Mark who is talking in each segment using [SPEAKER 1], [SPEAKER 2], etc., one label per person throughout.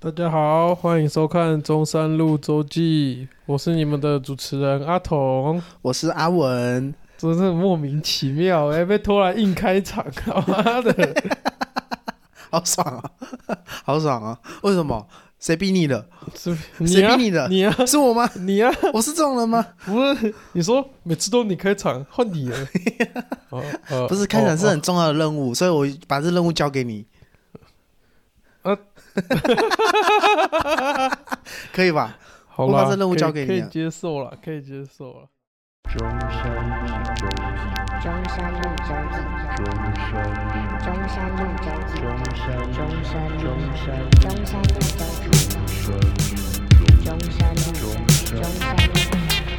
[SPEAKER 1] 大家好，欢迎收看《中山路周记》，我是你们的主持人阿童。
[SPEAKER 2] 我是阿文，
[SPEAKER 1] 真是莫名其妙哎、被拖来硬开场，他妈的！
[SPEAKER 2] 好爽啊， 好爽啊！为什么？谁逼你 的？
[SPEAKER 1] 是你
[SPEAKER 2] 谁
[SPEAKER 1] 啊，
[SPEAKER 2] 逼你的？
[SPEAKER 1] 你啊，
[SPEAKER 2] 是我吗？
[SPEAKER 1] 你啊，
[SPEAKER 2] 我是这种人 吗？
[SPEAKER 1] 不是你说每次都你开场，换 你了。哦呃
[SPEAKER 2] 不是，开场是
[SPEAKER 1] 哦
[SPEAKER 2] 很重要的任务，所以我把这任务交 给你。
[SPEAKER 1] 呃
[SPEAKER 2] 可以吧？
[SPEAKER 1] 哦好
[SPEAKER 2] 我
[SPEAKER 1] 啦，
[SPEAKER 2] 把这任务
[SPEAKER 1] 可以
[SPEAKER 2] 交给
[SPEAKER 1] 可
[SPEAKER 2] 你
[SPEAKER 1] 以
[SPEAKER 2] 啊
[SPEAKER 1] 接受了，可以接受了。
[SPEAKER 3] 中山路周记，中山路周记，中山路周记，中山路周记，中山路，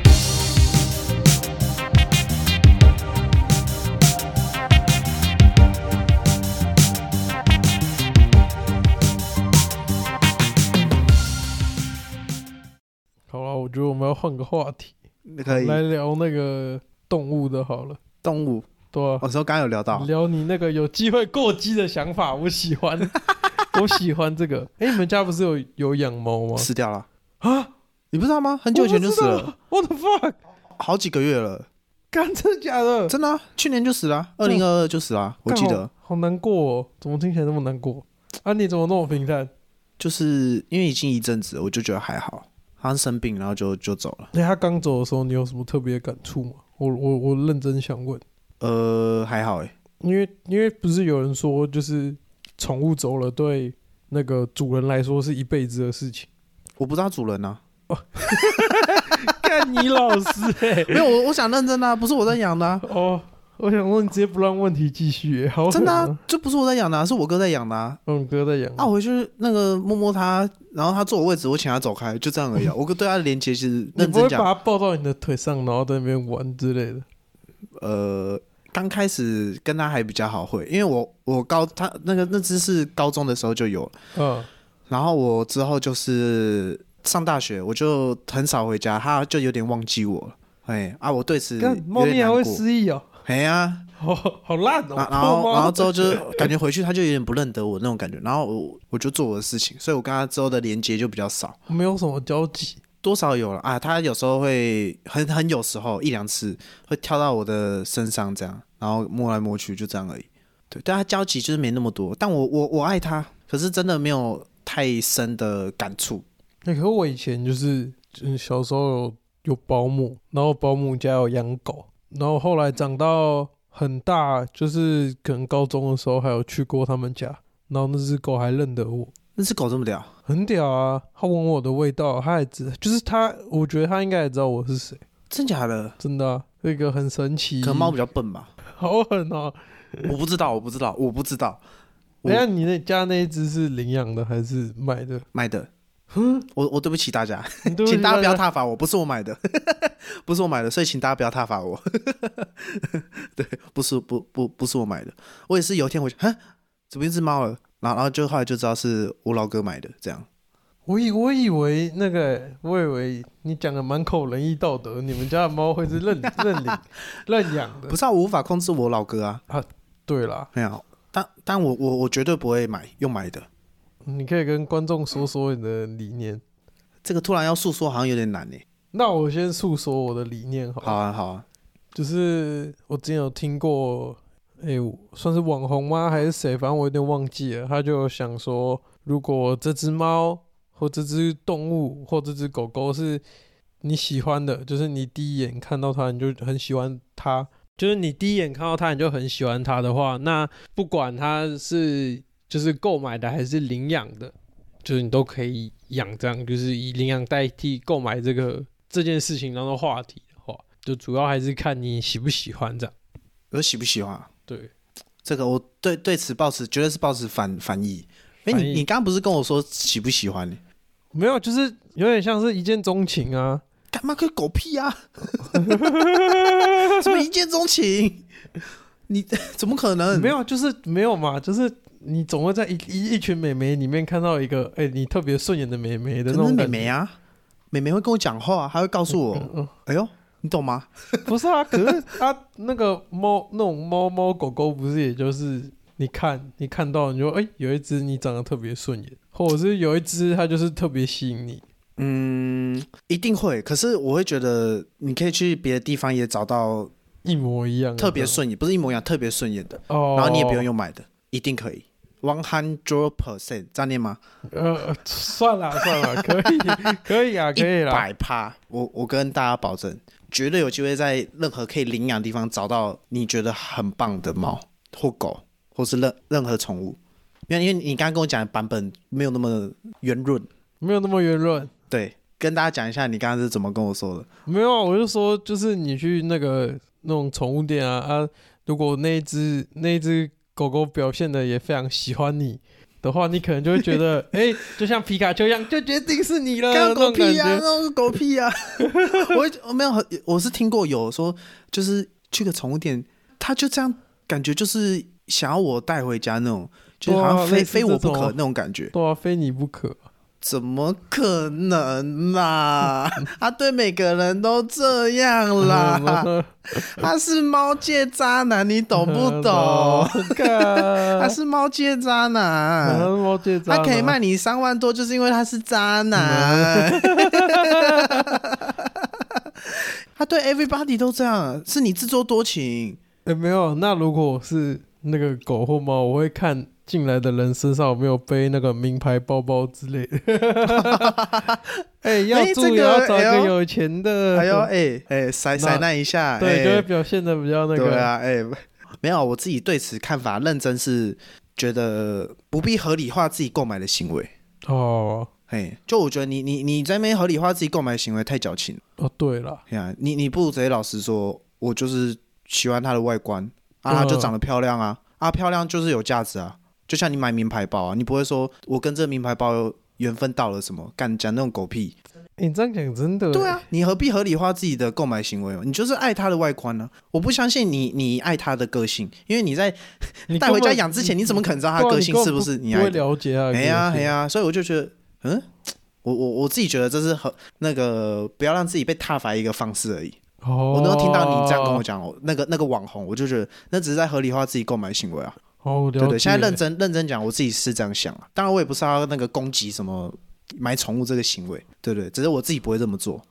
[SPEAKER 1] 好了，我觉得我们要换个话题，
[SPEAKER 2] 可以。
[SPEAKER 1] 来聊那个动物的好了，
[SPEAKER 2] 动物，
[SPEAKER 1] 对啊
[SPEAKER 2] 我说刚刚有聊到，
[SPEAKER 1] 聊你那个有机会过激的想法，我喜 欢，我喜欢这个。哎、你们家不是有有养猫吗？
[SPEAKER 2] 死掉了。
[SPEAKER 1] 啊，
[SPEAKER 2] 你不知道吗？很久以前就死了，
[SPEAKER 1] 我的 fuck，
[SPEAKER 2] 好几个月了，
[SPEAKER 1] 干真的假的？
[SPEAKER 2] 真的啊，去年就死了，二零二二就死了，啊我记
[SPEAKER 1] 干
[SPEAKER 2] 得
[SPEAKER 1] 好。好难过哦，怎么听起来那么难过？啊，你怎么那么平淡？
[SPEAKER 2] 就是因为已经一阵子了，我就觉得还好。他生病，然后就就走了。
[SPEAKER 1] 哎、他刚走的时候，你有什么特别的感触吗？我我我认真想问，
[SPEAKER 2] 呃，还好哎，
[SPEAKER 1] 因为因为不是有人说，就是宠物走了，对那个主人来说是一辈子的事情。
[SPEAKER 2] 我不知道主人啊，
[SPEAKER 1] 干你老师哎、
[SPEAKER 2] 没有我，我想认真的、啊，不是我在养 的、啊，
[SPEAKER 1] 哦，我想说你直接不让问题继续、欸，好
[SPEAKER 2] 真的、
[SPEAKER 1] 狠
[SPEAKER 2] 啊
[SPEAKER 1] 啊，
[SPEAKER 2] 这不是我在养的、啊，是我哥在养的啊。
[SPEAKER 1] 嗯，哥在养
[SPEAKER 2] 啊，我回去那个摸摸他，然后他坐我位置，我请他走开，就这样而已、啊。我哥对他的连接其实
[SPEAKER 1] 哦你
[SPEAKER 2] 认
[SPEAKER 1] 不会
[SPEAKER 2] 真
[SPEAKER 1] 把
[SPEAKER 2] 讲，
[SPEAKER 1] 它抱到你的腿上，然后在那边玩之类的。
[SPEAKER 2] 呃，刚开始跟他还比较好会，因为我我高他那个那只是高中的时候就有了，
[SPEAKER 1] 嗯，
[SPEAKER 2] 然后我之后就是上大学，我就很少回家，他就有点忘记我了。哎啊，我对此有
[SPEAKER 1] 看
[SPEAKER 2] 点
[SPEAKER 1] 猫咪还
[SPEAKER 2] 难
[SPEAKER 1] 会
[SPEAKER 2] 过
[SPEAKER 1] 失忆哦，
[SPEAKER 2] 哎呀、
[SPEAKER 1] 好好烂哦。
[SPEAKER 2] 啊，然
[SPEAKER 1] 臭
[SPEAKER 2] 后
[SPEAKER 1] 猫
[SPEAKER 2] 然后之后就是 感觉回去他就有点不认得我那种感觉，然后我我就做我的事情，所以我跟他之后的连接就比较少，
[SPEAKER 1] 没有什么交集。
[SPEAKER 2] 多少有了啊。他有时候会很很有时候一两次会跳到我的身上这样，然后摸来摸去就这样而已。对，但他交集就是没那么多，但我我我爱他，可是真的没有太深的感触。
[SPEAKER 1] 那、可我以前就是，嗯，小时候有有保姆，然后保姆家有养狗，然后后来长到很大，就是可能高中的时候还有去过他们家，然后那只狗还认得我。
[SPEAKER 2] 那只狗这么屌，
[SPEAKER 1] 很屌啊！它闻我的味道，它也知，就是它，我觉得它应该也知道我是谁，
[SPEAKER 2] 真假的？
[SPEAKER 1] 真的、啊，这个很神奇。
[SPEAKER 2] 可能猫比较笨吧，
[SPEAKER 1] 好狠哦、
[SPEAKER 2] 我不知道，我不知道，我不知道。我
[SPEAKER 1] 等一下你那家那一只是领养的还是买 的？
[SPEAKER 2] 买的，我我对不起大家。
[SPEAKER 1] 你对
[SPEAKER 2] 请大家不要
[SPEAKER 1] 它。
[SPEAKER 2] 挞伐我，不是我买的， 不是我买的，所以请大家不要挞伐我。 对，不是不不不是我买的，我也是有一天我就哈，怎么一只猫了，然后然后就后来就知道是我老哥买的，这样
[SPEAKER 1] 我以我以为那个、我以为你讲的满口仁义道德，你们家的猫会是认 认领认养的
[SPEAKER 2] 不。是、啊、我无法控制我老哥啊，
[SPEAKER 1] 对啦，
[SPEAKER 2] 没有，但但我我我绝对不会买用买的，
[SPEAKER 1] 你可以跟观众说说你的理念。
[SPEAKER 2] 这个突然要诉说好像有点难呢。欸
[SPEAKER 1] 那我先诉说我的理念好了
[SPEAKER 2] 好啊好啊，
[SPEAKER 1] 就是我之前有听过，哎、算是网红吗？还是谁？反正我有点忘记了。他就想说，如果这只猫或这只动物或这只狗狗是你喜欢的，就是你第一眼看到它你就很喜欢它，就是你第一眼看到它你就很喜欢它的话，那不管它是就是购买的还是领养的，就是你都可以养这样，就是以领养代替购买这个这件事情当做话题的话，就主要还是看你喜不喜欢这样。
[SPEAKER 2] 我喜不喜欢、啊、
[SPEAKER 1] 对，
[SPEAKER 2] 这个？我对对此抱持绝对是抱持反反意。哎、
[SPEAKER 1] 反
[SPEAKER 2] 你
[SPEAKER 1] 意
[SPEAKER 2] 你刚刚不是跟我说喜不喜欢呢？欸
[SPEAKER 1] 没有，就是有点像是一见钟情啊。
[SPEAKER 2] 干嘛个狗屁 啊！什么一见钟情？你 怎么可能？
[SPEAKER 1] 没有，就是没有嘛，就是你总会在一一一群美眉里面看到一个，哎、你特别顺眼的美眉的
[SPEAKER 2] 可
[SPEAKER 1] 那
[SPEAKER 2] 能
[SPEAKER 1] 种
[SPEAKER 2] 是美
[SPEAKER 1] 感
[SPEAKER 2] 眉
[SPEAKER 1] 觉。
[SPEAKER 2] 啊，美眉会跟我讲话，还会告诉
[SPEAKER 1] 嗯
[SPEAKER 2] 我，
[SPEAKER 1] 嗯
[SPEAKER 2] 哎呦，你懂吗？
[SPEAKER 1] 啊不是啊，可是它那个猫那种猫猫狗狗不是，也就是你看你看到你就哎、有一只你长得特别顺眼，或者是有一只它就是特别吸引你。
[SPEAKER 2] 嗯，一定会。可是我会觉得，你可以去别的地方也找到
[SPEAKER 1] 一模一样的，
[SPEAKER 2] 特别顺
[SPEAKER 1] 嗯
[SPEAKER 2] 眼，不是一模一样，特别顺眼的，
[SPEAKER 1] 哦，
[SPEAKER 2] 然后你也不用用买的，一定可以。One hundred percent，这样念吗？
[SPEAKER 1] 呃，算了算了，可以可以啊，可以
[SPEAKER 2] 一
[SPEAKER 1] 啦。
[SPEAKER 2] 百趴，我我跟大家保证，绝对有机会在任何可以领养的地方找到你觉得很棒的猫或狗，或是任任何宠物。因为因为你刚刚跟我讲的版本没有那么圆润，
[SPEAKER 1] 没有那么圆润。
[SPEAKER 2] 对，跟大家讲一下你刚刚是怎么跟我说的。
[SPEAKER 1] 没有啊，我就说，就是你去那个那种宠物店啊啊，如果那一只那一只狗狗表现的也非常喜欢你的话，你可能就会觉得， 哎、就像皮卡丘一样，就决定是你了
[SPEAKER 2] 干
[SPEAKER 1] 啊那
[SPEAKER 2] 狗
[SPEAKER 1] 种感
[SPEAKER 2] 屁呀、啊
[SPEAKER 1] 觉。
[SPEAKER 2] 那种狗屁呀、啊 我我没有很，我是听过有说，就是去个宠物店，他就这样感觉就是想要我带回家那种，就是好
[SPEAKER 1] 对
[SPEAKER 2] 像
[SPEAKER 1] 啊
[SPEAKER 2] 非、
[SPEAKER 1] 类似
[SPEAKER 2] 非我不
[SPEAKER 1] 这种
[SPEAKER 2] 可
[SPEAKER 1] 啊
[SPEAKER 2] 那种感觉。
[SPEAKER 1] 对啊，非你不可。
[SPEAKER 2] 怎么可 能啦？他对每个人都这样 啦，他是猫界渣男，你懂不懂？？
[SPEAKER 1] 干，
[SPEAKER 2] 他是猫界渣
[SPEAKER 1] 然
[SPEAKER 2] 男，
[SPEAKER 1] 后猫戒指啊
[SPEAKER 2] 他可以卖你三万多，就是因为他是渣 男。他对 everybody 都这样，是你自作多情。
[SPEAKER 1] 哎、没有，那如果是那个狗或猫，我会看进来的人身上有没有背那个名牌包包之类的。 哎、要
[SPEAKER 2] 哎
[SPEAKER 1] 注
[SPEAKER 2] 这
[SPEAKER 1] 意，
[SPEAKER 2] 个
[SPEAKER 1] 要找一
[SPEAKER 2] 哎
[SPEAKER 1] 个
[SPEAKER 2] 呦
[SPEAKER 1] 有钱的，
[SPEAKER 2] 哎呦，哎哎，塞塞
[SPEAKER 1] 那
[SPEAKER 2] 那一下，
[SPEAKER 1] 对，
[SPEAKER 2] 哎
[SPEAKER 1] 就会表现的比较那
[SPEAKER 2] 对
[SPEAKER 1] 个。
[SPEAKER 2] 啊，哎、没有，我自己对此看法认真是觉得不必合理化自己购买的行为。
[SPEAKER 1] 哦
[SPEAKER 2] 哎，就我觉得你你你在那边合理化自己购买的行为太矫情了。
[SPEAKER 1] 哦，对了，
[SPEAKER 2] 哎呀、你你不如直接老实说，我就是喜欢它的外观啊，
[SPEAKER 1] 嗯
[SPEAKER 2] 它就长得漂亮啊，啊漂亮就是有价值啊。就像你买名牌包啊，你不会说我跟这名牌包缘分到了什么，干讲那种狗屁。
[SPEAKER 1] 哎你这样讲真的，
[SPEAKER 2] 对啊，，你何必合理化自己的购买行为哦？你就是爱它的外观呢、我不相信你你爱它的个性，因为你在
[SPEAKER 1] 你
[SPEAKER 2] 带回
[SPEAKER 1] 根
[SPEAKER 2] 家
[SPEAKER 1] 本
[SPEAKER 2] 养之前，你怎么可能知道
[SPEAKER 1] 对
[SPEAKER 2] 它
[SPEAKER 1] 啊
[SPEAKER 2] 个
[SPEAKER 1] 你
[SPEAKER 2] 性
[SPEAKER 1] 根本
[SPEAKER 2] 是不是你
[SPEAKER 1] 不
[SPEAKER 2] 爱
[SPEAKER 1] 会
[SPEAKER 2] 的？
[SPEAKER 1] 聊解啊？
[SPEAKER 2] 哎呀哎
[SPEAKER 1] 呀，
[SPEAKER 2] 呀，所以我就觉得，嗯，我我我自己觉得这是很那个不要让自己被踏伐一个方式而已。
[SPEAKER 1] 哦，
[SPEAKER 2] 我能够听到你这样跟我讲，我那个那个网红，我就觉得那只是在合理化自己购买行为啊。
[SPEAKER 1] 哦，了
[SPEAKER 2] 对
[SPEAKER 1] 解。
[SPEAKER 2] 对，现在认真认真讲，我自己是这样想啊。当然，我也不是要那个攻击什么买宠物这个行为，对对，只是我自己不会这么做。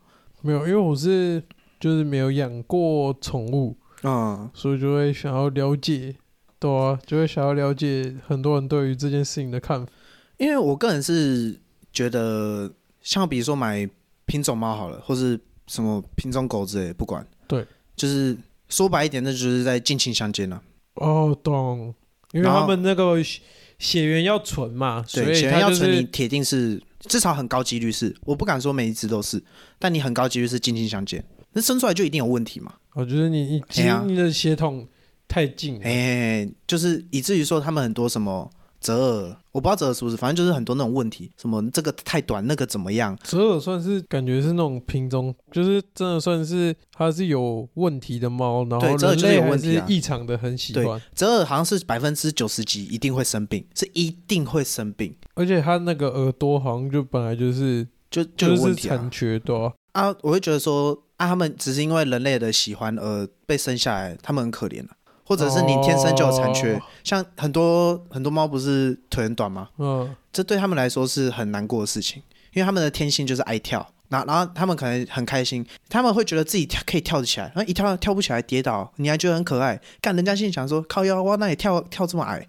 [SPEAKER 1] 没有，因为我是就是没有养过宠物，
[SPEAKER 2] 嗯，
[SPEAKER 1] 所以就会想要了解，对啊，就会想要了解很多人对于这件事情的看法。
[SPEAKER 2] 因为我个人是觉得，像比如说买品种猫好了，或是什么品种狗之类的，不管。
[SPEAKER 1] 对，
[SPEAKER 2] 就是说白一点，那就是在近亲相奸了、
[SPEAKER 1] 哦，懂，因为
[SPEAKER 2] 然后
[SPEAKER 1] 他们那个血血缘要纯嘛，所
[SPEAKER 2] 对，
[SPEAKER 1] 以
[SPEAKER 2] 血
[SPEAKER 1] 他
[SPEAKER 2] 缘要
[SPEAKER 1] 就
[SPEAKER 2] 存，你
[SPEAKER 1] 是
[SPEAKER 2] 铁定是至少很高几率是，我不敢说每一只都是，但你很高几率是近亲相奸，那生出来就一定有问题嘛？
[SPEAKER 1] 我觉哦得你你基
[SPEAKER 2] 哎呀
[SPEAKER 1] 因的血统太近了
[SPEAKER 2] 哎、，就是以至于说他们很多什么折耳，我不知道折耳是不是，反正就是很多那种问题，什么这个太短，那个怎么样？
[SPEAKER 1] 折耳算是感觉是那种品种，就是真的算是它是有问题的猫，然
[SPEAKER 2] 对
[SPEAKER 1] 后
[SPEAKER 2] 折耳
[SPEAKER 1] 人
[SPEAKER 2] 就是
[SPEAKER 1] 类
[SPEAKER 2] 有
[SPEAKER 1] 还
[SPEAKER 2] 问题
[SPEAKER 1] 是
[SPEAKER 2] 啊
[SPEAKER 1] 异常的很喜
[SPEAKER 2] 对
[SPEAKER 1] 欢，
[SPEAKER 2] 折耳好像是百分之九十几一定会生病，是一定会生病，
[SPEAKER 1] 而且它那个耳朵好像就本来就是
[SPEAKER 2] 就就
[SPEAKER 1] 就
[SPEAKER 2] 有问
[SPEAKER 1] 是
[SPEAKER 2] 题啊
[SPEAKER 1] 残。缺对啊，
[SPEAKER 2] 啊，我会觉得说啊，他们只是因为人类的喜欢而被生下来，他们很可怜了、啊或者是你天生就有残缺，
[SPEAKER 1] 哦
[SPEAKER 2] 像很多很多猫不是腿很短吗？
[SPEAKER 1] 嗯，
[SPEAKER 2] 这对他们来说是很难过的事情，因为他们的天性就是爱跳，然后然后他们可能很开心，他们会觉得自己跳可以跳得起来，然后一跳跳不起来跌倒，你还觉得很可爱，干人家心里想说靠腰哇，啊那也跳跳这么矮，，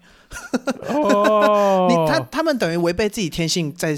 [SPEAKER 1] 哦
[SPEAKER 2] 你他他们等于违背自己天性在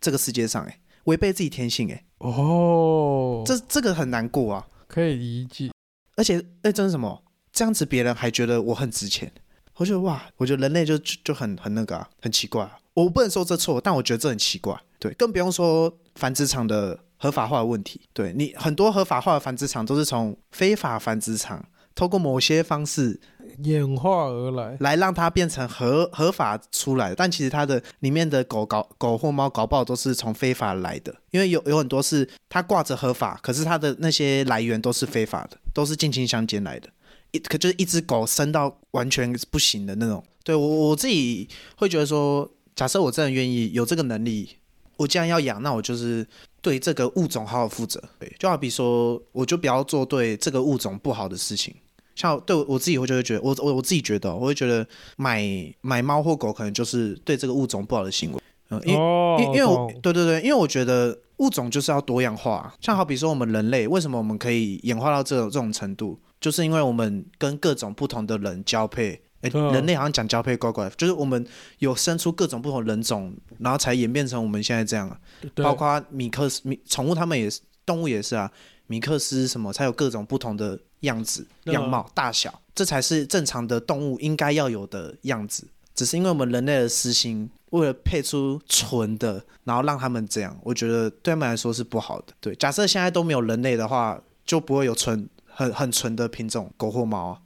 [SPEAKER 2] 这个世界上、欸，违背自己天性、欸，
[SPEAKER 1] 哦，
[SPEAKER 2] 这这个很难过啊。
[SPEAKER 1] 可以理解，
[SPEAKER 2] 而且哎，真是什么？这样子别人还觉得我很值钱，我觉得哇，我觉得人类就就就很很那个、啊，很奇怪、啊。我不能说这错，但我觉得这很奇怪。对，更不用说繁殖场的合法化的问题。对你很多合法化的繁殖场都是从非法繁殖场。透过某些方式
[SPEAKER 1] 演化而来，
[SPEAKER 2] 来让它变成合合法出来，但其实它的里面的狗搞狗或猫搞不好都是从非法来的，因为有有很多是它挂着合法，可是它的那些来源都是非法的，都是近亲相奸来的。一可就是一只狗生到完全不行的那种。对我我自己会觉得说，假设我真的愿意有这个能力，我既然要养，那我就是对这个物种好好负责。对，就好比说，我就不要做对这个物种不好的事情。像我对我我自己，我就会觉得，我我我自己觉得哦，我会觉得买买猫或狗可能就是对这个物种不好的行为。嗯，因为
[SPEAKER 1] 哦，
[SPEAKER 2] 因因为我
[SPEAKER 1] 懂
[SPEAKER 2] 对对对，因为我觉得物种就是要多样化，啊像好比说我们人类，为什么我们可以演化到这种这种程度，就是因为我们跟各种不同的人交配。哎、
[SPEAKER 1] 对啊
[SPEAKER 2] 人类好像讲交配怪怪，就是我们有生出各种不同人种，然后才演变成我们现在这样啊。
[SPEAKER 1] 对
[SPEAKER 2] 包括米克斯、米宠物，它们也是动物也是啊，米克斯什么才有各种不同的样子、
[SPEAKER 1] 对啊
[SPEAKER 2] 样貌、大小，这才是正常的动物应该要有的样子。只是因为我们人类的私心，为了配出纯的，然后让他们这样，我觉得对他们来说是不好的。对，假设现在都没有人类的话，就不会有纯很很纯的品种狗或猫啊。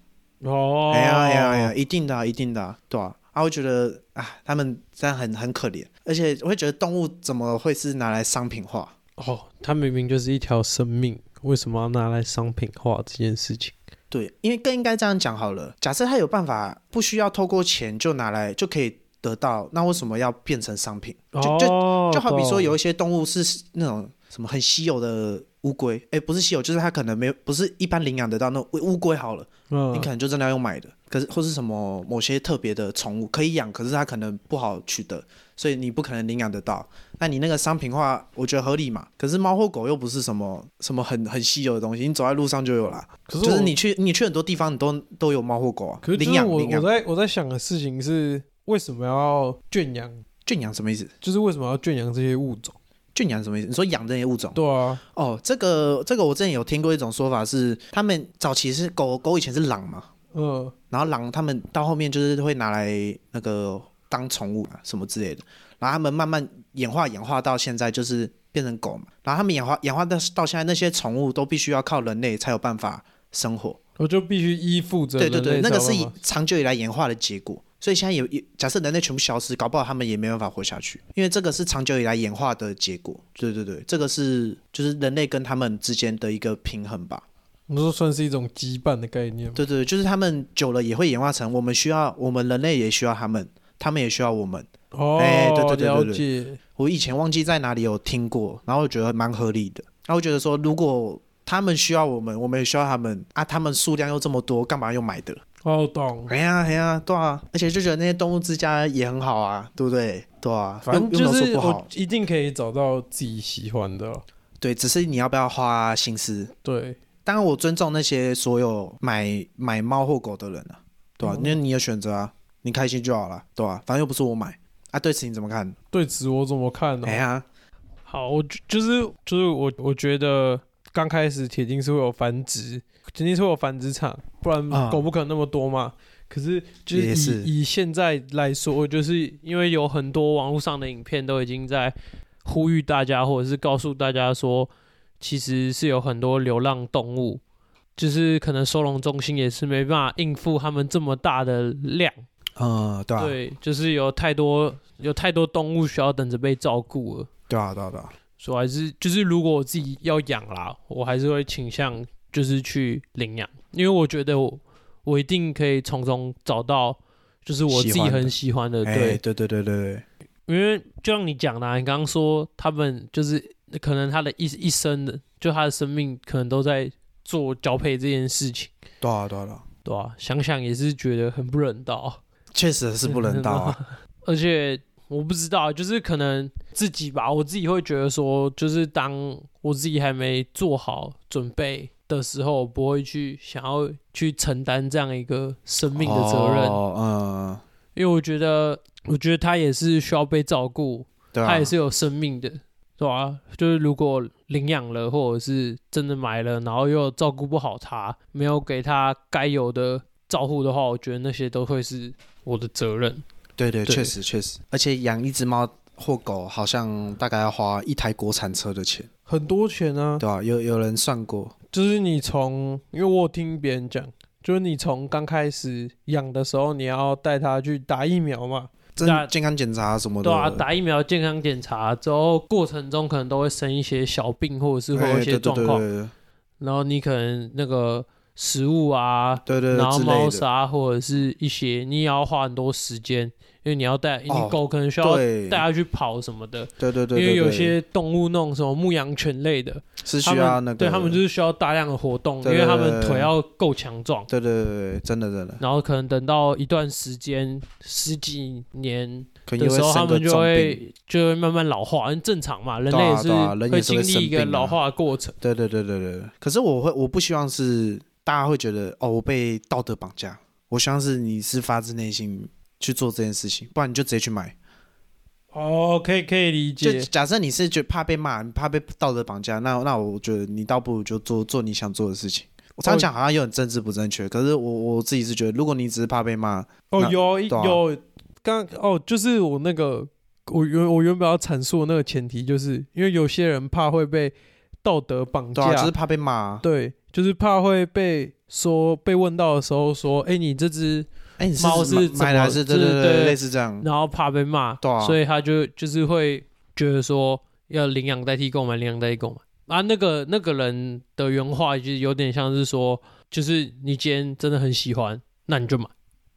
[SPEAKER 1] 哦，
[SPEAKER 2] 哎呀哎呀哎呀，一定的啊、一定的啊、对啊，啊，我觉得啊，他们这样很很可怜，而且我会觉得动物怎么会是拿来商品化？
[SPEAKER 1] 哦，它明明就是一条生命，为什么要拿来商品化这件事情？
[SPEAKER 2] 对，因为更应该这样讲好了。假设他有办法不需要透过钱就拿来就可以得到，那为什么要变成商品？就就
[SPEAKER 1] 哦
[SPEAKER 2] 就好比说
[SPEAKER 1] 懂
[SPEAKER 2] 有一些动物是那种什么很稀有的乌龟，哎，不是稀有，就是它可能没有不是一般领养得到那种乌乌龟好了。你
[SPEAKER 1] 嗯
[SPEAKER 2] 可能就真的要用买的，可是或是什么某些特别的宠物可以养，可是它可能不好取得，所以你不可能领养得到。那你那个商品化，我觉得合理嘛。可是猫或狗又不是什么什么很很稀有的东西，你走在路上就有啦。
[SPEAKER 1] 可是
[SPEAKER 2] 就
[SPEAKER 1] 我
[SPEAKER 2] 是你去你去很多地方，你都都有猫或狗啊。
[SPEAKER 1] 可是就
[SPEAKER 2] 领
[SPEAKER 1] 是
[SPEAKER 2] 养
[SPEAKER 1] 我
[SPEAKER 2] 领
[SPEAKER 1] 我
[SPEAKER 2] 养
[SPEAKER 1] 在我在想的事情是，为什么要圈养？
[SPEAKER 2] 圈养什么意思？
[SPEAKER 1] 就是为什么要圈养这些物种？
[SPEAKER 2] 圈养什么意思？你说养这些物种？
[SPEAKER 1] 对啊，
[SPEAKER 2] 哦，这个这个我之前有听过一种说法是，他们早期是狗狗以前是狼嘛，
[SPEAKER 1] 嗯，
[SPEAKER 2] 然后狼他们到后面就是会拿来那个当宠物啊什么之类的，然后他们慢慢演化演化到现在就是变成狗嘛，然后他们演化演化到到现在那些宠物都必须要靠人类才有办法生活，
[SPEAKER 1] 我就必须依附着
[SPEAKER 2] 对对对，
[SPEAKER 1] 人类
[SPEAKER 2] 那个
[SPEAKER 1] 才
[SPEAKER 2] 是
[SPEAKER 1] 有
[SPEAKER 2] 以
[SPEAKER 1] 办法
[SPEAKER 2] 长久以来演化的结果，所以现在也也假设人类全部消失，搞不好他们也没办法活下去，因为这个是长久以来演化的结果，对对对，这个是就是人类跟他们之间的一个平衡吧。
[SPEAKER 1] 你说算是一种羁绊的概念吗。
[SPEAKER 2] 对对，对就是他们久了也会演化成我们需要，我们人类也需要他们，他们也需要我们。
[SPEAKER 1] 哦，
[SPEAKER 2] 哎对对对对
[SPEAKER 1] 了
[SPEAKER 2] 对
[SPEAKER 1] 解。
[SPEAKER 2] 我以前忘记在哪里有听过，然后我觉得蛮合理的。然后我觉得说，如果他们需要我们，我们也需要他们啊，他们数量又这么多，干嘛又买的？
[SPEAKER 1] 哦，懂。
[SPEAKER 2] 哎呀哎呀，对啊，而且就觉得那些动物之家也很好啊，对不对？对啊，
[SPEAKER 1] 反正
[SPEAKER 2] 用
[SPEAKER 1] 就
[SPEAKER 2] 用得说
[SPEAKER 1] 是
[SPEAKER 2] 不
[SPEAKER 1] 我
[SPEAKER 2] 好，
[SPEAKER 1] 一定可以找到自己喜欢的哦，
[SPEAKER 2] 对，只是你要不要花心思？
[SPEAKER 1] 对，
[SPEAKER 2] 当然，我尊重那些所有买买猫或狗的人啊，对
[SPEAKER 1] 嗯
[SPEAKER 2] 啊，因为你有选择啊，你开心就好了，对啊，反正又不是我买啊。对此你怎么看？
[SPEAKER 1] 对此我怎么看呢、
[SPEAKER 2] 哎呀，
[SPEAKER 1] 好，我就就是就是我我觉得刚开始铁定是会有繁殖，肯定是会有繁殖场，不然
[SPEAKER 2] 啊
[SPEAKER 1] 狗不可能那么多嘛。可是就
[SPEAKER 2] 也
[SPEAKER 1] 是
[SPEAKER 2] 是
[SPEAKER 1] 以以现在来说，就是因为有很多网络上的影片都已经在呼吁大家，或者是告诉大家说，其实是有很多流浪动物，就是可能收容中心也是没办法应付他们这么大的量。
[SPEAKER 2] 嗯，对啊，
[SPEAKER 1] 对，就是有太多有太多动物需要等着被照顾了。
[SPEAKER 2] 对啊，对啊，对啊，
[SPEAKER 1] 所以还是就是如果我自己要养啦，我还是会倾向就是去领养，因为我觉得我我一定可以从中找到就是我自己很喜欢的，
[SPEAKER 2] 哎
[SPEAKER 1] 对，
[SPEAKER 2] 对对对对对，
[SPEAKER 1] 因为就像你讲的啊、你刚刚说他们就是可能他的一一生的，就他的生命可能都在做交配这件事情，
[SPEAKER 2] 对啊，对啊，对啊，
[SPEAKER 1] 对吧、想想也是觉得很不人道。啊
[SPEAKER 2] 确实是不人道啊。
[SPEAKER 1] 而且我不知道，就是可能自己吧，我自己会觉得说，就是当我自己还没做好准备的时候，我不会去想要去承担这样一个生 命的责任，啊
[SPEAKER 2] 哦，
[SPEAKER 1] 因为我觉得，我觉得他也是需要被照顾，
[SPEAKER 2] 嗯，对啊，
[SPEAKER 1] 他也是有生命的，对吧、就是如果领养了，或者是真的买了，然后又照顾不好他，没有给他该有的照顾的话，我觉得那些都会是我的责任。
[SPEAKER 2] 对对，
[SPEAKER 1] 对
[SPEAKER 2] 确实确实，而且养一只猫或狗好像大概要花一台国产车的钱，
[SPEAKER 1] 很多钱啊，
[SPEAKER 2] 对啊，有有人算过，
[SPEAKER 1] 就是你从，因为我有听别人讲，就是你从刚开始养的时候，你要带它去打疫苗嘛，
[SPEAKER 2] 真
[SPEAKER 1] 那
[SPEAKER 2] 健康检查什么的，
[SPEAKER 1] 对啊，打疫苗健康检查之后，过程中可能都会生一些小病，或者是会有
[SPEAKER 2] 哎
[SPEAKER 1] 一些状况，
[SPEAKER 2] 对对对对对
[SPEAKER 1] 然后你可能那个食物啊，
[SPEAKER 2] 对对
[SPEAKER 1] 然
[SPEAKER 2] 对
[SPEAKER 1] 后
[SPEAKER 2] 呃之
[SPEAKER 1] 猫
[SPEAKER 2] 类的，
[SPEAKER 1] 砂啊或者是一些，你也要花很多时间，因为你要带
[SPEAKER 2] 哦
[SPEAKER 1] 你狗可能需要
[SPEAKER 2] 对
[SPEAKER 1] 带它去跑什么的，
[SPEAKER 2] 对对对，
[SPEAKER 1] 因为
[SPEAKER 2] 对
[SPEAKER 1] 有
[SPEAKER 2] 对
[SPEAKER 1] 些动物那种什么牧羊犬类的，
[SPEAKER 2] 是
[SPEAKER 1] 他
[SPEAKER 2] 需要那
[SPEAKER 1] 们
[SPEAKER 2] 个，
[SPEAKER 1] 对他们就是需要大量的活动，因
[SPEAKER 2] 对对
[SPEAKER 1] 为他
[SPEAKER 2] 对
[SPEAKER 1] 们
[SPEAKER 2] 对
[SPEAKER 1] 腿要够强壮，
[SPEAKER 2] 对对对对，真的真的，
[SPEAKER 1] 然后可能等到一段时间十几年
[SPEAKER 2] 可能
[SPEAKER 1] 的
[SPEAKER 2] 也
[SPEAKER 1] 时候，他
[SPEAKER 2] 生个
[SPEAKER 1] 们就
[SPEAKER 2] 重病，
[SPEAKER 1] 会就会慢慢老化，很正常嘛，人类
[SPEAKER 2] 对啊
[SPEAKER 1] 也是
[SPEAKER 2] 对啊人也
[SPEAKER 1] 会
[SPEAKER 2] 是
[SPEAKER 1] 经
[SPEAKER 2] 会
[SPEAKER 1] 历一
[SPEAKER 2] 生
[SPEAKER 1] 个
[SPEAKER 2] 病啊
[SPEAKER 1] 老化的过程。
[SPEAKER 2] 对对对对对。对可是我会我不希望是大家会觉得哦，我被道德绑架，我希望是你是发自内心去做这件事情，不然你就直接去买。
[SPEAKER 1] 哦，可以可以理
[SPEAKER 2] 就假设你是觉得怕被骂，怕被道德绑架，那那我觉得你倒不如就做做你想做的事情。我常常
[SPEAKER 1] 哦
[SPEAKER 2] 讲好像有点政治不正确，可是我我自己是觉得，如果你只是怕被骂，
[SPEAKER 4] 哦
[SPEAKER 2] 那，
[SPEAKER 4] 有
[SPEAKER 2] 对啊
[SPEAKER 4] 有，刚哦，就是我那个，我原我原本要阐述的那个前提，就是因为有些人怕会被道德绑
[SPEAKER 2] 对
[SPEAKER 4] 架，
[SPEAKER 2] 啊，就是怕被骂啊。
[SPEAKER 4] 对就是怕会被说被问到的时候说，哎、你这只，
[SPEAKER 2] 哎，你
[SPEAKER 1] 猫是
[SPEAKER 2] 买
[SPEAKER 1] 怎么
[SPEAKER 2] 买来是对
[SPEAKER 1] 就是
[SPEAKER 2] 对
[SPEAKER 1] 对
[SPEAKER 2] 类似这样。
[SPEAKER 1] 然后怕被骂，
[SPEAKER 2] 嗯对啊
[SPEAKER 1] 所以他就就是会觉得说要领养代替购买，领养代替购买。啊，那个那个人的原话就是有点像是说，就是你今天真的很喜欢，那你就买。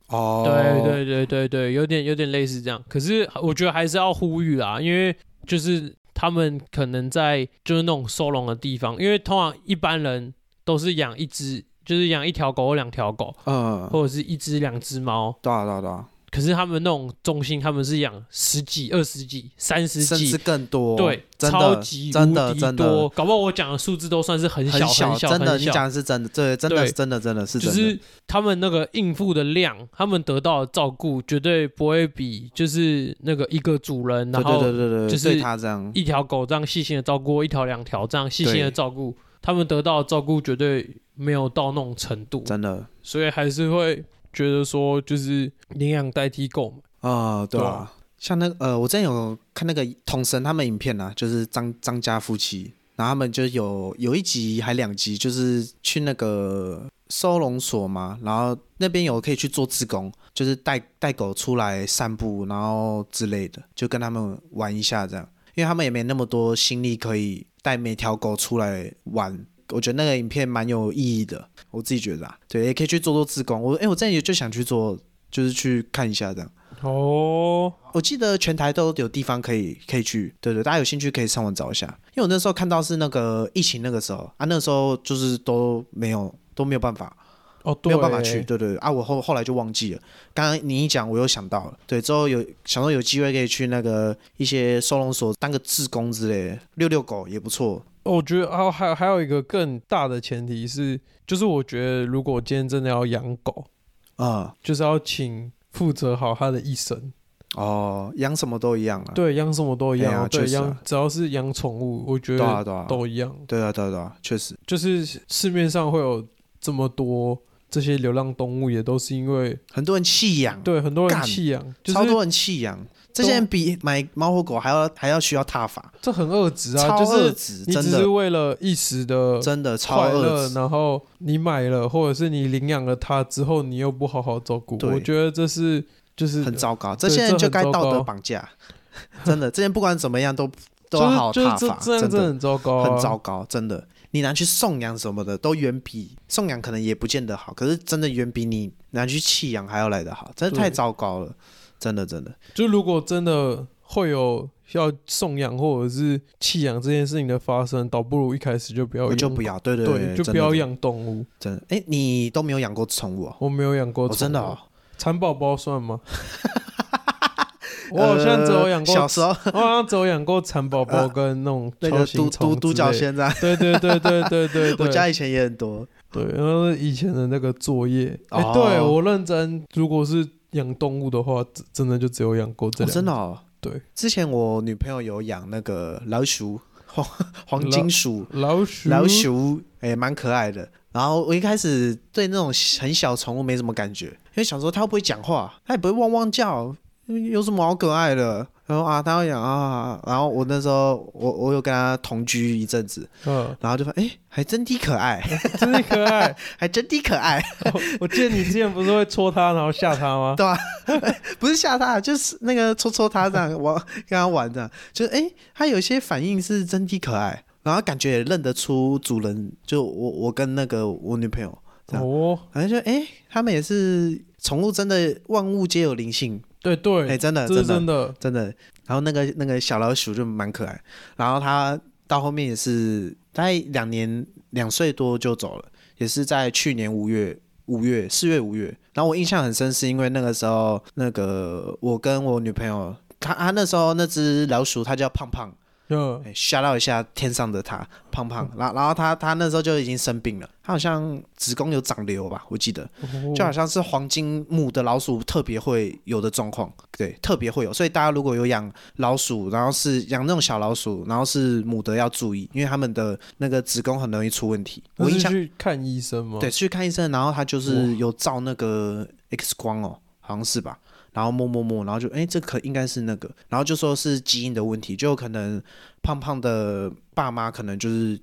[SPEAKER 2] 哦，
[SPEAKER 1] 对对对对对，有点有点类似这样。可是我觉得还是要呼吁啦，因为就是他们可能在就是那种收容的地方，因为通常一般人都是养一只，就是养一条狗或两条狗，
[SPEAKER 2] 嗯，
[SPEAKER 1] 或者是一只两只猫。
[SPEAKER 2] 对啊对啊对啊，
[SPEAKER 1] 可是他们那种中心，他们是养十几、二十几、三十
[SPEAKER 2] 甚至
[SPEAKER 1] 几，
[SPEAKER 2] 更多，
[SPEAKER 1] 对，
[SPEAKER 2] 真的
[SPEAKER 1] 超级
[SPEAKER 2] 真的
[SPEAKER 1] 无敌
[SPEAKER 2] 真
[SPEAKER 1] 多。
[SPEAKER 2] 的
[SPEAKER 1] 搞不好我讲的数字都算是很
[SPEAKER 2] 很
[SPEAKER 1] 小、很小、
[SPEAKER 2] 真的，
[SPEAKER 1] 很
[SPEAKER 2] 你
[SPEAKER 1] 小
[SPEAKER 2] 讲的是真的，对，真的
[SPEAKER 1] 对
[SPEAKER 2] 是真的真的是
[SPEAKER 1] 就
[SPEAKER 2] 真
[SPEAKER 1] 是
[SPEAKER 2] 的，
[SPEAKER 1] 他们那个应付的量，他们得到的照顾绝对不会比就是那个一个主人，
[SPEAKER 2] 对
[SPEAKER 1] 然
[SPEAKER 2] 对
[SPEAKER 1] 后
[SPEAKER 2] 对对对，
[SPEAKER 1] 就是
[SPEAKER 2] 对他这样，
[SPEAKER 1] 一条狗这样细心的照顾，一条两条这样细心的
[SPEAKER 2] 对
[SPEAKER 1] 照顾，他们得到的照顾绝对没有到那种程度，
[SPEAKER 2] 真的
[SPEAKER 1] 所以还是会觉得说就是领养代替购买。
[SPEAKER 2] 啊、对
[SPEAKER 1] 对
[SPEAKER 2] 啊
[SPEAKER 1] 啊，
[SPEAKER 2] 像那个呃，我之前有看那个童神他们影片啊，就是张张家夫妻，然后他们就有有一集还两集，就是去那个收容所嘛，然后那边有可以去做志工，就是带带狗出来散步，然后之类的，就跟他们玩一下这样，因为他们也没那么多心力可以带每条狗出来玩。我觉得那个影片蛮有意义的，我自己觉得啊，对，也可以去做做志工。我哎、我之前就想去做，就是去看一下这样。
[SPEAKER 4] 哦，
[SPEAKER 2] 我记得全台都有地方可以可以去，对对，大家有兴趣可以上网找一下。因为我那时候看到是那个疫情那个时候啊，那个时候就是都没有都没有办法，
[SPEAKER 4] 哦，
[SPEAKER 2] 没
[SPEAKER 4] 对，
[SPEAKER 2] 有办法去，对对对啊，我后后来就忘记了。刚刚你一讲，我又想到了，对，之后有想说有机会可以去那个一些收容所当个志工之类的，遛遛狗也不错。
[SPEAKER 4] 哦我觉得还有还有还有一个更大的前提是，就是我觉得如果今天真的要养狗，
[SPEAKER 2] 啊、
[SPEAKER 4] 就是要请负责好它的一生。
[SPEAKER 2] 哦，养什么都一样啊。
[SPEAKER 4] 对，养什么都一样，
[SPEAKER 2] 哎呀
[SPEAKER 4] 对，
[SPEAKER 2] 确实啊
[SPEAKER 4] 养、只要是养宠物，我觉
[SPEAKER 2] 对啊
[SPEAKER 4] 得
[SPEAKER 2] 对啊
[SPEAKER 4] 都一样。
[SPEAKER 2] 对啊对啊对啊，确实
[SPEAKER 4] 就是市面上会有这么多这些流浪动物，也都是因为
[SPEAKER 2] 很多人弃养，
[SPEAKER 4] 对很多人
[SPEAKER 2] 干
[SPEAKER 4] 弃养，就是
[SPEAKER 2] 超多人弃养，这些人比买猫或狗还要还要需要踏法。
[SPEAKER 4] 这很恶质啊，
[SPEAKER 2] 超
[SPEAKER 4] 就
[SPEAKER 2] 恶
[SPEAKER 4] 是
[SPEAKER 2] 质，
[SPEAKER 4] 你只
[SPEAKER 2] 真
[SPEAKER 4] 是
[SPEAKER 2] 的
[SPEAKER 4] 为了一时的
[SPEAKER 2] 真的超
[SPEAKER 4] 快乐
[SPEAKER 2] 恶，质。
[SPEAKER 4] 然后你买了，或者是你领养了它之后，你又不好好照顾，
[SPEAKER 2] 对
[SPEAKER 4] 我觉得这是就是
[SPEAKER 2] 很糟糕，这
[SPEAKER 4] 对
[SPEAKER 2] 些人
[SPEAKER 4] 这
[SPEAKER 2] 就
[SPEAKER 4] 很
[SPEAKER 2] 该
[SPEAKER 4] 糟
[SPEAKER 2] 道德
[SPEAKER 4] 糕
[SPEAKER 2] 绑架， 真的，这些人不管怎么样 都都
[SPEAKER 4] 就是
[SPEAKER 2] 好好
[SPEAKER 4] 就是
[SPEAKER 2] 踏
[SPEAKER 4] 这
[SPEAKER 2] 法，
[SPEAKER 4] 这样
[SPEAKER 2] 真
[SPEAKER 4] 真的
[SPEAKER 2] 的
[SPEAKER 4] 很糟糕、啊，
[SPEAKER 2] 很糟糕，真的。你拿去送养什么的，都远比送养可能也不见得好，可是真的远比你拿去弃养还要来得好，真的太
[SPEAKER 4] 对
[SPEAKER 2] 糟糕了，真的真的。
[SPEAKER 4] 就如果真的会有要送养或者是弃养这件事情的发生，倒不如一开始就不要
[SPEAKER 2] 我
[SPEAKER 4] 养，
[SPEAKER 2] 就不要，对对
[SPEAKER 4] 对，就
[SPEAKER 2] 真
[SPEAKER 4] 不
[SPEAKER 2] 的
[SPEAKER 4] 要，养动物。
[SPEAKER 2] 真的。哎，你都没有养过宠物哦？
[SPEAKER 4] 我没有养过
[SPEAKER 2] 我
[SPEAKER 4] 宠物、
[SPEAKER 2] 真的哦，
[SPEAKER 4] 蚕宝宝 算吗？我好像只有养过，
[SPEAKER 2] 呃小时候呃
[SPEAKER 4] 我好像只有养过蚕宝宝跟那种
[SPEAKER 2] 那
[SPEAKER 4] 锹
[SPEAKER 2] 个
[SPEAKER 4] 形
[SPEAKER 2] 独
[SPEAKER 4] 虫
[SPEAKER 2] 独独角
[SPEAKER 4] 之类的。
[SPEAKER 2] 仙这样，
[SPEAKER 4] 对对对对对对
[SPEAKER 2] 我
[SPEAKER 4] 对，
[SPEAKER 2] 家以前也很多。
[SPEAKER 4] 对，然后以前的那个作业，哎、
[SPEAKER 2] 哦
[SPEAKER 4] 对我认真，如果是养动物的话，真真的就只有养过这
[SPEAKER 2] 哦、
[SPEAKER 4] 两、
[SPEAKER 2] 真的、哦，
[SPEAKER 4] 对。
[SPEAKER 2] 之前我女朋友有养那个老鼠， 黄黄金鼠，
[SPEAKER 4] 老鼠，
[SPEAKER 2] 老，鼠，哎、蛮可爱的。然后我一开始对那种很小宠物没什么感觉，因为想说它会不会讲话，它也不会汪汪叫，有什么好可爱的？然后啊，它会讲啊，然后我那时候我我有跟它同居一阵子，
[SPEAKER 4] 嗯，
[SPEAKER 2] 然后就发现哎、还真的可爱，
[SPEAKER 4] 真的可爱。
[SPEAKER 2] 还真的可爱，
[SPEAKER 4] 我记得你之前不是会戳它，然后吓它吗？
[SPEAKER 2] 不是吓它，就是那个戳戳它这样玩，跟它玩这样，就是哎、诶它有些反应是真的可爱，然后感觉也认得出主人，就我我跟那个我女朋友，这样
[SPEAKER 4] 哦，
[SPEAKER 2] 反正就哎、他们也是宠物，真的万物皆有灵性，
[SPEAKER 4] 对
[SPEAKER 2] 哎、
[SPEAKER 4] 对，
[SPEAKER 2] 真的
[SPEAKER 4] 这是
[SPEAKER 2] 真
[SPEAKER 4] 真
[SPEAKER 2] 的
[SPEAKER 4] 的，
[SPEAKER 2] 真的。然后那个那个小老鼠就蛮可爱，然后它到后面也是大概两年两岁多就走了，也是在去年五月。五月、四月、五月，然后我印象很深，是因为那个时候，那个我跟我女朋友，她她那时候那只老鼠，它叫胖胖，
[SPEAKER 4] 嗯，
[SPEAKER 2] 哎吓到一下天上的他，胖胖，然后然后他他那时候就已经生病了，他好像子宫有长瘤吧，我记得，
[SPEAKER 4] 哦
[SPEAKER 2] 就好像是黄金目的老鼠特别会有的状况，对，特别会有，所以大家如果有养老鼠，然后是养那种小老鼠，然后是母的要注意，因为他们的那个子宫很容易出问题。
[SPEAKER 4] 哦那
[SPEAKER 2] 我印
[SPEAKER 4] 是
[SPEAKER 2] 象
[SPEAKER 4] 去看医生吗？
[SPEAKER 2] 对，去看医生，然后他就是有照那个 X 光哦，好像是吧。然后摸摸摸，然后就哎，这可应该是那个，然后就说是基因的问题，就可能胖胖的爸妈可能就是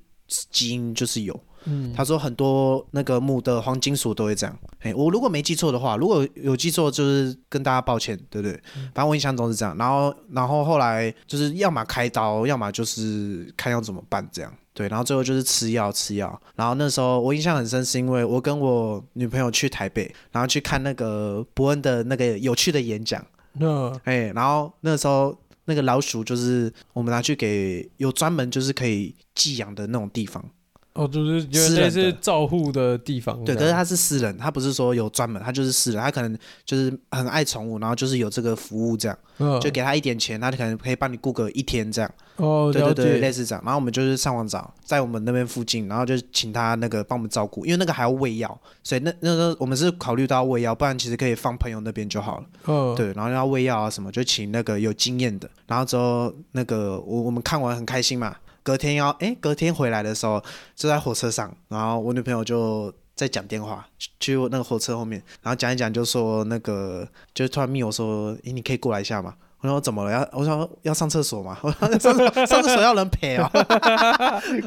[SPEAKER 2] 基因就是有。
[SPEAKER 4] 嗯，
[SPEAKER 2] 他说很多那个木的黄金鼠都会这样。哎，我如果没记错的话，如果有记错就是跟大家抱歉，对不对？反正我印象中是这样。然后，然后后来就是要么开刀，要么就是看要怎么办这样。对，然后最后就是吃药，吃药。然后那时候我印象很深，是因为我跟我女朋友去台北，然后去看那个伯恩的那个有趣的演讲。
[SPEAKER 4] 那
[SPEAKER 2] 哎、然后那时候那个老鼠就是我们拿去给有专门就是可以寄养的那种地方。
[SPEAKER 4] 哦，就是有点
[SPEAKER 2] 私
[SPEAKER 4] 类
[SPEAKER 2] 人
[SPEAKER 4] 似
[SPEAKER 2] 的
[SPEAKER 4] 照护的地方这
[SPEAKER 2] 对，
[SPEAKER 4] 样，
[SPEAKER 2] 可是他是私人，他不是说有专门，他就是私人，他可能就是很爱宠物，然后就是有这个服务这样，
[SPEAKER 4] 嗯
[SPEAKER 2] 就给他一点钱，他就可能可以帮你雇个一天这样。
[SPEAKER 4] 哦，
[SPEAKER 2] 对
[SPEAKER 4] 了
[SPEAKER 2] 对对，类
[SPEAKER 4] 解，
[SPEAKER 2] 似这样。然后我们就是上网找，在我们那边附近，然后就请他那个帮我们照顾，因为那个还要喂药，所以那那时候我们是考虑到喂药，不然其实可以放朋友那边就好了。
[SPEAKER 4] 嗯，
[SPEAKER 2] 对，然后要喂药啊什么，就请那个有经验的。然后之后那个我我们看完很开心嘛，隔天要哎隔天回来的时候就在火车上，然后我女朋友就在讲电话，去去那个火车后面，然后讲一讲就说那个就突然密我说，哎你可以过来一下嘛。我说怎么了？要我说要上厕所嘛？ 我说上厕所上厕所要人陪哦。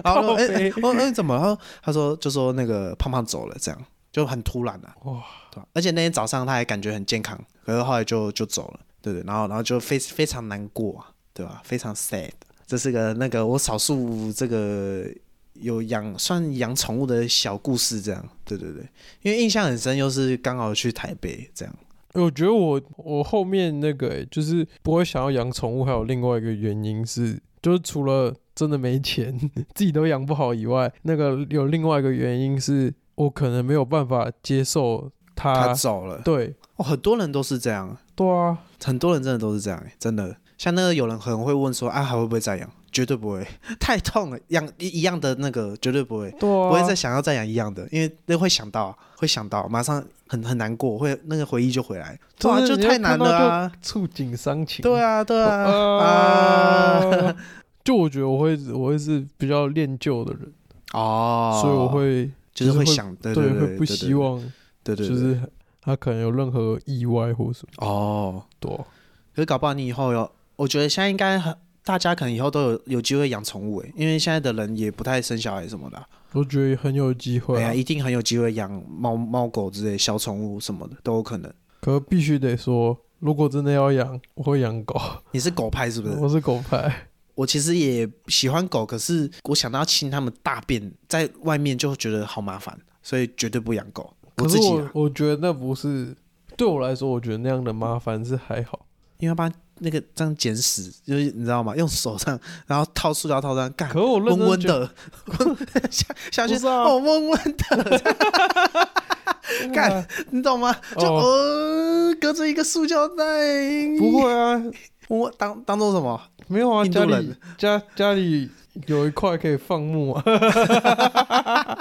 [SPEAKER 2] 然后我说哎哎我说哎怎么了？然后他说就说那个胖胖走了，这样就很突然啊。
[SPEAKER 4] 哇，
[SPEAKER 2] 对吧而且那天早上他还感觉很健康，可是后来就就走了，对不对？然后然后就非非常难过啊，对吧？非常 sad。这是个那个我少数这个有养算养宠物的小故事，这样，对对对。因为印象很深，又是刚好去台北这样，
[SPEAKER 4] 我觉得我我后面那个、欸、就是不会想要养宠物，还有另外一个原因是，就是除了真的没钱， 自己都养不好以外，那个有另外一个原因是我可能没有办法接受
[SPEAKER 2] 他
[SPEAKER 4] 它。
[SPEAKER 2] 走了。
[SPEAKER 4] 对
[SPEAKER 2] 哦，很多人都是这样，
[SPEAKER 4] 对啊，
[SPEAKER 2] 很多人真的都是这样、欸，真的。像那个有人可能会问说啊，还会不会再养？绝对不会， 太痛了，养一一样的那个绝对不会。
[SPEAKER 4] 对啊，
[SPEAKER 2] 不会再想要再养一样的，因为那会想到，会想到，马上很很难过，会那个回忆就回来，
[SPEAKER 4] 真
[SPEAKER 2] 哇，
[SPEAKER 4] 的
[SPEAKER 2] 就
[SPEAKER 4] 你要
[SPEAKER 2] 太难
[SPEAKER 4] 看到
[SPEAKER 2] 了啊！
[SPEAKER 4] 触景伤情。
[SPEAKER 2] 对
[SPEAKER 4] 啊，
[SPEAKER 2] 啊，对啊，
[SPEAKER 4] 呃
[SPEAKER 2] 啊，
[SPEAKER 4] 就我觉得我会我会是比较恋旧的人，
[SPEAKER 2] 哦，
[SPEAKER 4] 所以我会
[SPEAKER 2] 就是
[SPEAKER 4] 就是会
[SPEAKER 2] 会想，对对，
[SPEAKER 4] 会不希，望
[SPEAKER 2] 对对，
[SPEAKER 4] 就
[SPEAKER 2] 对
[SPEAKER 4] 是他可能有任何意外或什么。
[SPEAKER 2] 哦，
[SPEAKER 4] 对啊、
[SPEAKER 2] 可是搞不好你以后有，我觉得现在应该很大家可能以后都有有机会养宠物欸诶，因为现在的人也不太生小孩什么的啊，
[SPEAKER 4] 我觉得很有机会、
[SPEAKER 2] 哎
[SPEAKER 4] 啊
[SPEAKER 2] 呀，。一定很有机会养猫猫狗之类小宠物什么的都有可能。
[SPEAKER 4] 可必须得说，如果真的要养，我会养狗，
[SPEAKER 2] 你是狗派是不是？
[SPEAKER 4] 我是狗 派。
[SPEAKER 2] 我其实也喜欢狗，可是我想到要清它们大便，在外面就觉得好麻烦，所以绝对不养狗。
[SPEAKER 4] 可是
[SPEAKER 2] 自己
[SPEAKER 4] 我
[SPEAKER 2] 啊，
[SPEAKER 4] 我觉得那不是对我来说，我觉得那样的麻烦是还好。
[SPEAKER 2] 因为要把那个这样捡屎，就是你知道吗？用手上，然后套塑料套上干
[SPEAKER 4] 可。是我认
[SPEAKER 2] 温
[SPEAKER 4] 真
[SPEAKER 2] 温
[SPEAKER 4] 觉得
[SPEAKER 2] 的， 下下去
[SPEAKER 4] 不是啊
[SPEAKER 2] 哦，温温的，干，你懂吗？就
[SPEAKER 4] 哦
[SPEAKER 2] 呃，隔着一个塑胶袋，
[SPEAKER 4] 不会啊，
[SPEAKER 2] 我当当做什么？
[SPEAKER 4] 没有啊，
[SPEAKER 2] 印度
[SPEAKER 4] 家里
[SPEAKER 2] 人
[SPEAKER 4] 家家里有一块可以放牧 啊。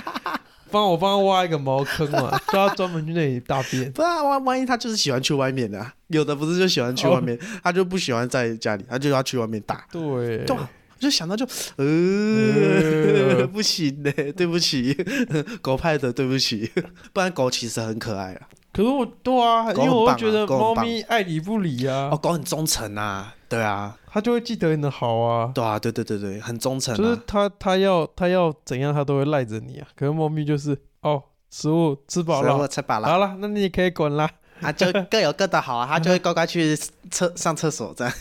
[SPEAKER 4] 帮我帮他挖一个茅坑嘛， 叫他专门去那里大便。
[SPEAKER 2] 不然万万一他就是喜欢去外面的啊、有的不是就喜欢去外
[SPEAKER 4] 哦
[SPEAKER 2] 面，他就不喜欢在家里，他就要去外面打。
[SPEAKER 4] 对，嗯
[SPEAKER 2] 对啊，我就想到就
[SPEAKER 4] 呃
[SPEAKER 2] 呃，不行呢、对不起， 狗派的对不起， 不然狗其实很可爱啊，
[SPEAKER 4] 可是我对啊，因
[SPEAKER 2] 狗
[SPEAKER 4] 为
[SPEAKER 2] 很
[SPEAKER 4] 我会
[SPEAKER 2] 棒啊
[SPEAKER 4] 觉得
[SPEAKER 2] 狗
[SPEAKER 4] 猫
[SPEAKER 2] 很棒
[SPEAKER 4] 咪爱理不理啊
[SPEAKER 2] 哦，，狗很忠诚啊，对啊，
[SPEAKER 4] 它就会记得你的好啊。
[SPEAKER 2] 对啊，对对对对，很忠诚啊，
[SPEAKER 4] 就是它它要它要怎样，它都会赖着你啊。可是猫咪就是哦，食物吃饱
[SPEAKER 2] 所以我
[SPEAKER 4] 了，
[SPEAKER 2] 才把啦，
[SPEAKER 4] 好了，那你也可以滚 啦。
[SPEAKER 2] 啊，就各有各的好啊，它就会乖乖去厕上厕所 这样，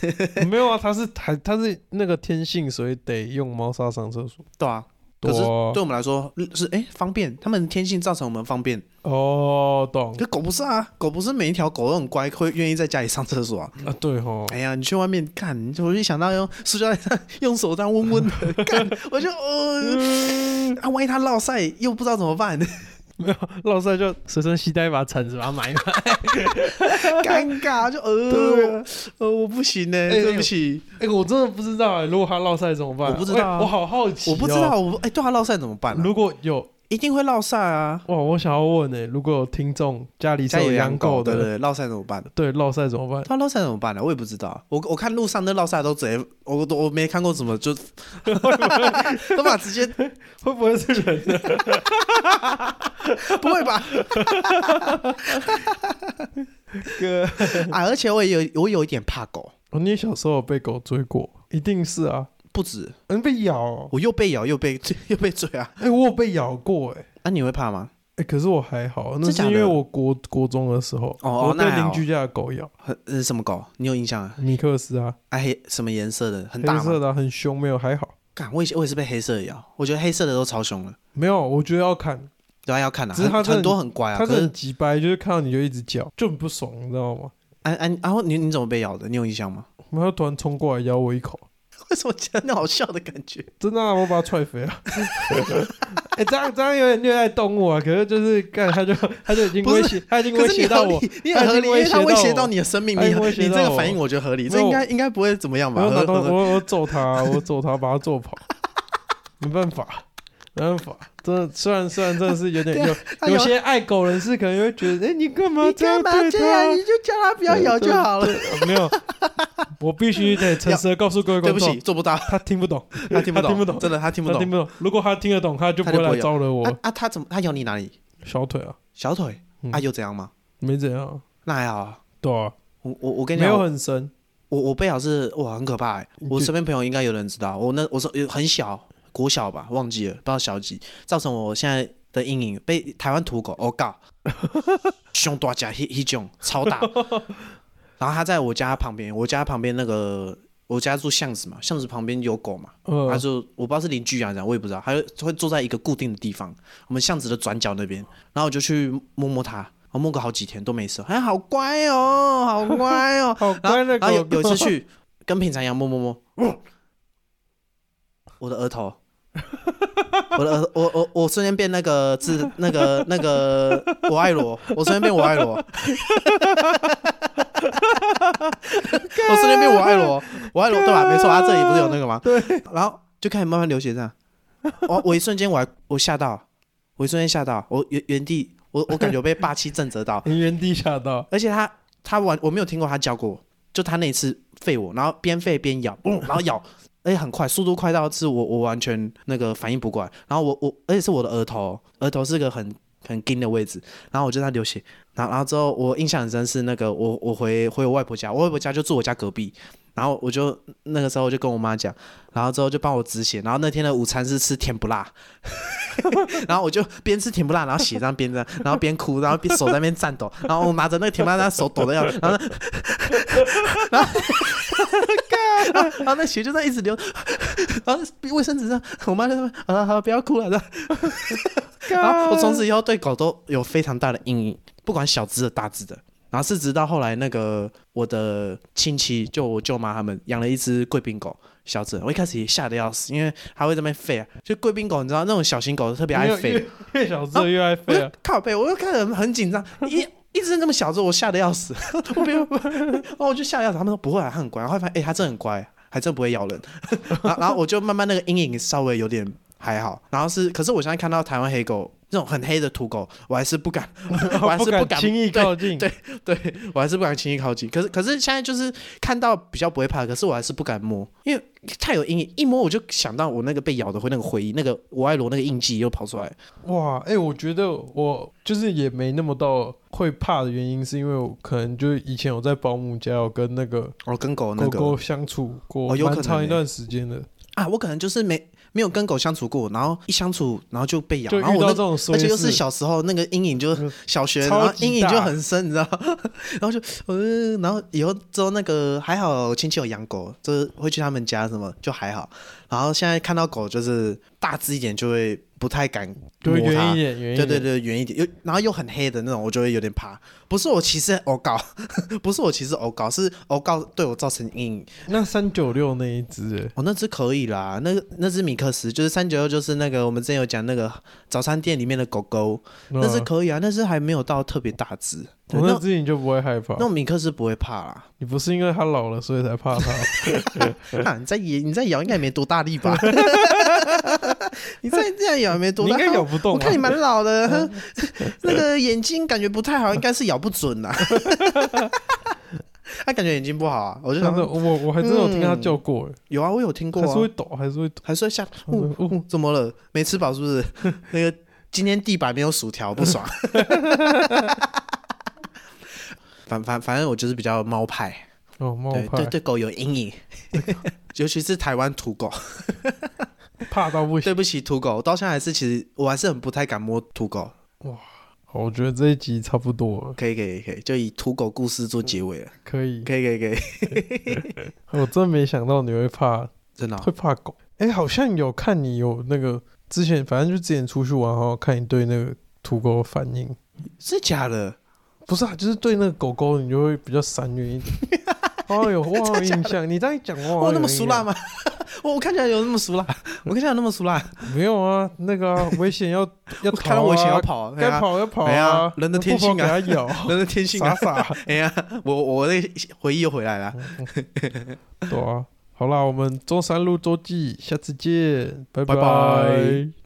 [SPEAKER 4] 没有啊，它是它它是那个天性，所以得用猫砂上厕所。
[SPEAKER 2] 对啊，可是
[SPEAKER 4] 多
[SPEAKER 2] 对我们来说是哎、方便，他们天性造成我们方
[SPEAKER 4] 嗯
[SPEAKER 2] 便。
[SPEAKER 4] 哦，懂
[SPEAKER 2] 可狗不是啊，狗不是每一条狗都很乖，会愿意在家里上厕所啊。
[SPEAKER 4] 啊，对吼，
[SPEAKER 2] 哎呀，你去外面看，你我就想到用塑胶袋用手当温温 的干，我就哦，
[SPEAKER 4] 嗯
[SPEAKER 2] 啊，万一它落晒又不知道怎么 办，
[SPEAKER 5] 老帅就随身携带一把铲子，把它埋满。
[SPEAKER 2] 尴尬就
[SPEAKER 4] 对啊
[SPEAKER 2] 呃，呃，我不行呢、
[SPEAKER 4] 哎
[SPEAKER 2] 对不起，
[SPEAKER 4] 哎，我真的不知道哎，如果他落赛怎么办？哎
[SPEAKER 2] 我不知道啊
[SPEAKER 4] 喂我好好奇，哦
[SPEAKER 2] 我不知道，。我不哎、对它落晒怎么办、啊？
[SPEAKER 4] 如果有
[SPEAKER 2] 一定会落晒啊，
[SPEAKER 4] 哇，我想要问呢，如果有听众家里是
[SPEAKER 2] 家里有
[SPEAKER 4] 养
[SPEAKER 2] 养
[SPEAKER 4] 狗
[SPEAKER 2] 狗对不
[SPEAKER 4] 的，
[SPEAKER 2] 对？落晒怎么办？
[SPEAKER 4] 对落赛怎么办？
[SPEAKER 2] 它落晒怎么办啊呢、我也不知道，我我看路上那落晒都直接，我我我没看过什么 就， 都把直接
[SPEAKER 4] 会不会是人呢？
[SPEAKER 2] 不会吧？
[SPEAKER 4] 哥，
[SPEAKER 2] 啊，而且我也有我有一点怕狗，
[SPEAKER 4] 哦你小时候有被狗追过？一定是啊，
[SPEAKER 2] 不止
[SPEAKER 4] 嗯，被咬哦。
[SPEAKER 2] 我又被咬又被 又被追啊！
[SPEAKER 4] 哎，我有被咬过哎。
[SPEAKER 2] 啊，你会怕吗？
[SPEAKER 4] 哎、可是我还好，
[SPEAKER 2] 真
[SPEAKER 4] 那是
[SPEAKER 2] 假
[SPEAKER 4] 因
[SPEAKER 2] 的
[SPEAKER 4] 为我国国中的时候，
[SPEAKER 2] 哦
[SPEAKER 4] 我被
[SPEAKER 2] 那还好
[SPEAKER 4] 邻居家的狗咬，
[SPEAKER 2] 很呃什么狗？你有印象啊？
[SPEAKER 4] 米克斯啊，
[SPEAKER 2] 啊黑什么颜色的？很
[SPEAKER 4] 黑
[SPEAKER 2] 大
[SPEAKER 4] 色
[SPEAKER 2] 吗？
[SPEAKER 4] 的啊、很凶，没有还好，
[SPEAKER 2] 干，我以前我也是被黑色的咬，我觉得黑色的都超凶了。
[SPEAKER 4] 没有，我觉得要看，
[SPEAKER 2] 对啊，要看啊，
[SPEAKER 4] 只是它
[SPEAKER 2] 很
[SPEAKER 4] 真的
[SPEAKER 2] 很多很乖啊。
[SPEAKER 4] 它
[SPEAKER 2] 可
[SPEAKER 4] 是
[SPEAKER 2] 是
[SPEAKER 4] 很急掰，就是看到你就一直叫，就很不爽，你知道吗？
[SPEAKER 2] 安安，然后啊你你怎么被咬的？你有印象吗？
[SPEAKER 4] 然后它突然冲过来咬我一口，
[SPEAKER 2] 为什么觉得那好笑的感觉？
[SPEAKER 4] 真的、啊，我把它踹飞了。 哎、这样这样有点虐待动物啊，可是就是干，它就它就已经
[SPEAKER 2] 不是
[SPEAKER 4] 威胁，它已经威
[SPEAKER 2] 可是
[SPEAKER 4] 胁
[SPEAKER 2] 你
[SPEAKER 4] 到
[SPEAKER 2] 合
[SPEAKER 4] 我，
[SPEAKER 2] 理，你很合理，因为它
[SPEAKER 4] 它已经
[SPEAKER 2] 威胁
[SPEAKER 4] 到
[SPEAKER 2] 到
[SPEAKER 4] 我
[SPEAKER 2] 你的生命，
[SPEAKER 4] 它已
[SPEAKER 2] 你
[SPEAKER 4] 经威胁
[SPEAKER 2] 你这
[SPEAKER 4] 到
[SPEAKER 2] 个
[SPEAKER 4] 我
[SPEAKER 2] 反应我觉得合理，
[SPEAKER 4] 没
[SPEAKER 2] 这
[SPEAKER 4] 有
[SPEAKER 2] 应该应该不会怎么样
[SPEAKER 4] 然
[SPEAKER 2] 吧？
[SPEAKER 4] 后拿
[SPEAKER 2] 合
[SPEAKER 4] 刀，
[SPEAKER 2] 合
[SPEAKER 4] 我我揍他，我揍他，把他揍跑，没办法，没办法，真的，虽然虽然真的是有点有
[SPEAKER 2] 啊他咬
[SPEAKER 4] 有些爱狗人士可能会觉得，哎，你干嘛
[SPEAKER 2] 你干
[SPEAKER 4] 样
[SPEAKER 2] 嘛
[SPEAKER 4] 对
[SPEAKER 2] 这样？
[SPEAKER 4] 他
[SPEAKER 2] 你？就叫它不要咬就好了。
[SPEAKER 4] 没有，我必须得诚实的告诉各位
[SPEAKER 2] 对不
[SPEAKER 4] 观
[SPEAKER 2] 起，
[SPEAKER 4] 众，
[SPEAKER 2] 做不 到，
[SPEAKER 4] 他听不懂，
[SPEAKER 2] 它听不
[SPEAKER 4] 它
[SPEAKER 2] 懂，
[SPEAKER 4] 听不懂
[SPEAKER 2] 真的它听不
[SPEAKER 4] 他听
[SPEAKER 2] 懂。
[SPEAKER 4] 不懂。如果他听得懂，他就不会来招惹
[SPEAKER 2] 啊
[SPEAKER 4] 我
[SPEAKER 2] 啊，它怎么它咬你哪里？
[SPEAKER 4] 小腿啊，
[SPEAKER 2] 小腿
[SPEAKER 4] 嗯
[SPEAKER 2] 啊，又怎样吗？
[SPEAKER 4] 没怎样啊，
[SPEAKER 2] 那还好啊。
[SPEAKER 4] 对啊，
[SPEAKER 2] 我我我跟你
[SPEAKER 4] 没
[SPEAKER 2] 讲，
[SPEAKER 4] 有
[SPEAKER 2] 我
[SPEAKER 4] 很深，
[SPEAKER 2] 我被咬是哇很可怕哎、
[SPEAKER 4] 你
[SPEAKER 2] 我
[SPEAKER 4] 就
[SPEAKER 2] 身边朋友应该有人知道，我那我说呃很小，国小吧，忘记了，不知道小几，造成我现在的阴影，被台湾土狗我 告，凶大只，一一种超大，然后它在我家旁边，我家旁边那个我家住巷子嘛，巷子旁边有狗嘛，他
[SPEAKER 4] 呃，，
[SPEAKER 2] 就我不知道是邻居啊，这样我也不知道，他就会坐在一个固定的地方，我们巷子的转角那边，然后我就去摸摸它，我摸个好几天都没事，哎，好乖哦，好乖哦
[SPEAKER 4] 好
[SPEAKER 2] 然后
[SPEAKER 4] 乖的
[SPEAKER 2] 然后
[SPEAKER 4] 狗
[SPEAKER 2] 有有
[SPEAKER 4] 狗
[SPEAKER 2] 一次去跟平常一样摸摸摸，我的额头，我的额我我我瞬间变那个字那个那个我爱罗，我瞬间变我爱罗，我瞬间变我爱罗，我爱罗对吧？没错，他啊这里不是有那个吗？对，然后就开始慢慢流血这样，我我一瞬间我还我吓到，我一瞬间吓到，我原原地我我感觉被霸气震慑到，
[SPEAKER 4] 你原地吓到，
[SPEAKER 2] 而且他他完我没有听过他叫过我，就他那一次吠我，然后边吠边咬，嗯，然后咬，而且很快，速度快到是我我完全那个反应不过来，然后我我而且是我的额头，额头是个很很硬的位置，然后我就在流血，然后然后之后我印象很深是那个我我回回我外婆家，我外婆家就住我家隔壁。然后我就那个时候我就跟我妈讲，然后之后就帮我止血。然后那天的午餐是吃甜不辣，然后我就边吃甜不辣，然后血这样边这样，然后边哭，然后边手在那边颤抖，然后我拿着那个甜不辣，那手抖的要，然后 那然后然后然后那血就在一直流，然后卫生纸上，我妈就说啊好不要哭了，这样然后我从此以后对狗都有非常大的阴影，不管小只的大只的。然后是直到后来那个我的亲戚，就我舅妈他们养了一只贵宾狗，小只的。我一开始也吓得要死，因为它会在那边吠啊。就贵宾狗，你知道那种小型狗特别爱
[SPEAKER 4] 没有
[SPEAKER 2] 吠，
[SPEAKER 4] 越越小只越爱
[SPEAKER 2] 我
[SPEAKER 4] 飞
[SPEAKER 2] 就
[SPEAKER 4] 啊，
[SPEAKER 2] 靠背，我又看着很紧张，一一直那么小只，我吓得要死， 我没有，然 后我就吓得要死。他们说不会啊，它很乖。然后后来发现，哎、它真的很乖，还真不会咬人。 然后然后我就慢慢那个阴影稍微有点还好。然后是，可是我现在看到台湾黑狗这种很黑的土狗，我还是不敢， 我还是
[SPEAKER 4] 敢
[SPEAKER 2] 敢
[SPEAKER 4] 轻易
[SPEAKER 2] 对
[SPEAKER 4] 靠近，
[SPEAKER 2] 对对，我还是不敢轻易靠近。可是可是现在就是看到比较不会怕，可是我还是不敢摸，因为太有阴影，一摸我就想到我那个被咬的回那个回忆，那个我爱罗那个印记又跑出来。
[SPEAKER 4] 哇，哎、我觉得我就是也没那么到会怕的原因，是因为我可能就是以前我在保姆家有跟那个
[SPEAKER 2] 哦，跟狗那
[SPEAKER 4] 狗
[SPEAKER 2] 个
[SPEAKER 4] 狗相处过
[SPEAKER 2] 哦有可能
[SPEAKER 4] 蛮长一
[SPEAKER 2] 欸
[SPEAKER 4] 段时间的，
[SPEAKER 2] 啊，我可能就是没没有跟狗相处过，然后一相处，然后就被咬，
[SPEAKER 4] 就遇
[SPEAKER 2] 然后我
[SPEAKER 4] 到
[SPEAKER 2] 那
[SPEAKER 4] 这种衰
[SPEAKER 2] 而且
[SPEAKER 4] 事，
[SPEAKER 2] 又是小时候那个阴影就
[SPEAKER 4] 嗯
[SPEAKER 2] 小学，然
[SPEAKER 4] 超
[SPEAKER 2] 后
[SPEAKER 4] 级
[SPEAKER 2] 阴影就
[SPEAKER 4] 大
[SPEAKER 2] 很深，你知道吗？ 然后就呃，然后以后之后那个还好亲戚有养狗，就是会去他们家什么就还好。然后现在看到狗就是大只一点就会不太敢
[SPEAKER 4] 对
[SPEAKER 2] 摸
[SPEAKER 4] 远
[SPEAKER 2] 它
[SPEAKER 4] 一，点，远一
[SPEAKER 2] 对对
[SPEAKER 4] 点，
[SPEAKER 2] 对，远一点，又然后又很黑的那种，我就会有点怕。不是我歧视欧搞， 不是我歧视欧搞，是欧搞对我造成阴影。
[SPEAKER 4] 那三九六那一只、欸，
[SPEAKER 2] 哦，那只可以啦，那个那只米克斯就是三九六，就是那个我们之前有讲那个早餐店里面的狗狗，那只
[SPEAKER 4] 啊
[SPEAKER 2] 可以啊，那只还没有到特别大只。对
[SPEAKER 4] 我
[SPEAKER 2] 那
[SPEAKER 4] 哦那只你就不会害怕
[SPEAKER 2] 那，种米克斯不会怕 啦。
[SPEAKER 4] 你不是因为它老了所以才怕它，
[SPEAKER 2] 啊那你在咬，你在咬应该也没多大力 吧？ 你在这样咬也没 多
[SPEAKER 4] 你
[SPEAKER 2] 大，哦
[SPEAKER 4] 应该啊咬不动
[SPEAKER 2] 我
[SPEAKER 4] 吧
[SPEAKER 2] 看你蛮老 的，那个眼睛感觉不太好，应该是咬不准 啦。他感觉眼睛不好啊，我就
[SPEAKER 4] 真
[SPEAKER 2] 想
[SPEAKER 4] 的，
[SPEAKER 2] 说
[SPEAKER 4] 我我还真的有听它
[SPEAKER 2] 嗯
[SPEAKER 4] 叫过、欸，
[SPEAKER 2] 有啊，我有听过
[SPEAKER 4] 还是会
[SPEAKER 2] 啊，
[SPEAKER 4] 抖，还是会抖。
[SPEAKER 2] 还说像
[SPEAKER 4] 还是
[SPEAKER 2] 呜
[SPEAKER 4] 会呜
[SPEAKER 2] 呜嗯怎么了？没吃饱是不是？ 那个今天地板没有薯条，不爽。反反反正我就是比较猫派，
[SPEAKER 4] 哦，猫
[SPEAKER 2] 对对
[SPEAKER 4] 派
[SPEAKER 2] 对狗有阴 影，尤其是台湾土狗。
[SPEAKER 4] 怕到不行。
[SPEAKER 2] 对不起，土狗，我到现在还是其实我还是很不太敢摸土狗。
[SPEAKER 4] 好，我觉得这一集差不多了，
[SPEAKER 2] 可以可以可以，就以土狗故事做结尾了。
[SPEAKER 4] 可以。
[SPEAKER 2] 可以可以可以，
[SPEAKER 4] 我真没想到你会怕，
[SPEAKER 2] 真的哦、
[SPEAKER 4] 会怕狗。哎、好像有看你有那个之前，反正就之前出去玩，然后看你对那个土狗的反应。
[SPEAKER 2] 是假的？
[SPEAKER 4] 不是啊，就是对那个狗狗，你就会比较闪远一点。 哦有，我好有印象。你这样一讲，我好
[SPEAKER 2] 我
[SPEAKER 4] 像
[SPEAKER 2] 那么
[SPEAKER 4] 有印
[SPEAKER 2] 熟辣
[SPEAKER 4] 象？
[SPEAKER 2] 吗？ 我我看起来有那么 熟辣？我看起来有那么熟辣？
[SPEAKER 4] 没有啊，那个 啊危险要要
[SPEAKER 2] 我
[SPEAKER 4] 逃、啊，
[SPEAKER 2] 看到我以前要，跑，哎
[SPEAKER 4] 该
[SPEAKER 2] 呀，
[SPEAKER 4] 跑要跑
[SPEAKER 2] 哎
[SPEAKER 4] 啊
[SPEAKER 2] 呀，人的天性啊
[SPEAKER 4] 不跑给它咬，
[SPEAKER 2] 人的 天性
[SPEAKER 4] 傻
[SPEAKER 2] 啊！
[SPEAKER 4] 傻。
[SPEAKER 2] 哎呀，我我的回忆又回来了，
[SPEAKER 4] 对啊，好啦，我们中山路周记，下次见，拜
[SPEAKER 2] 拜拜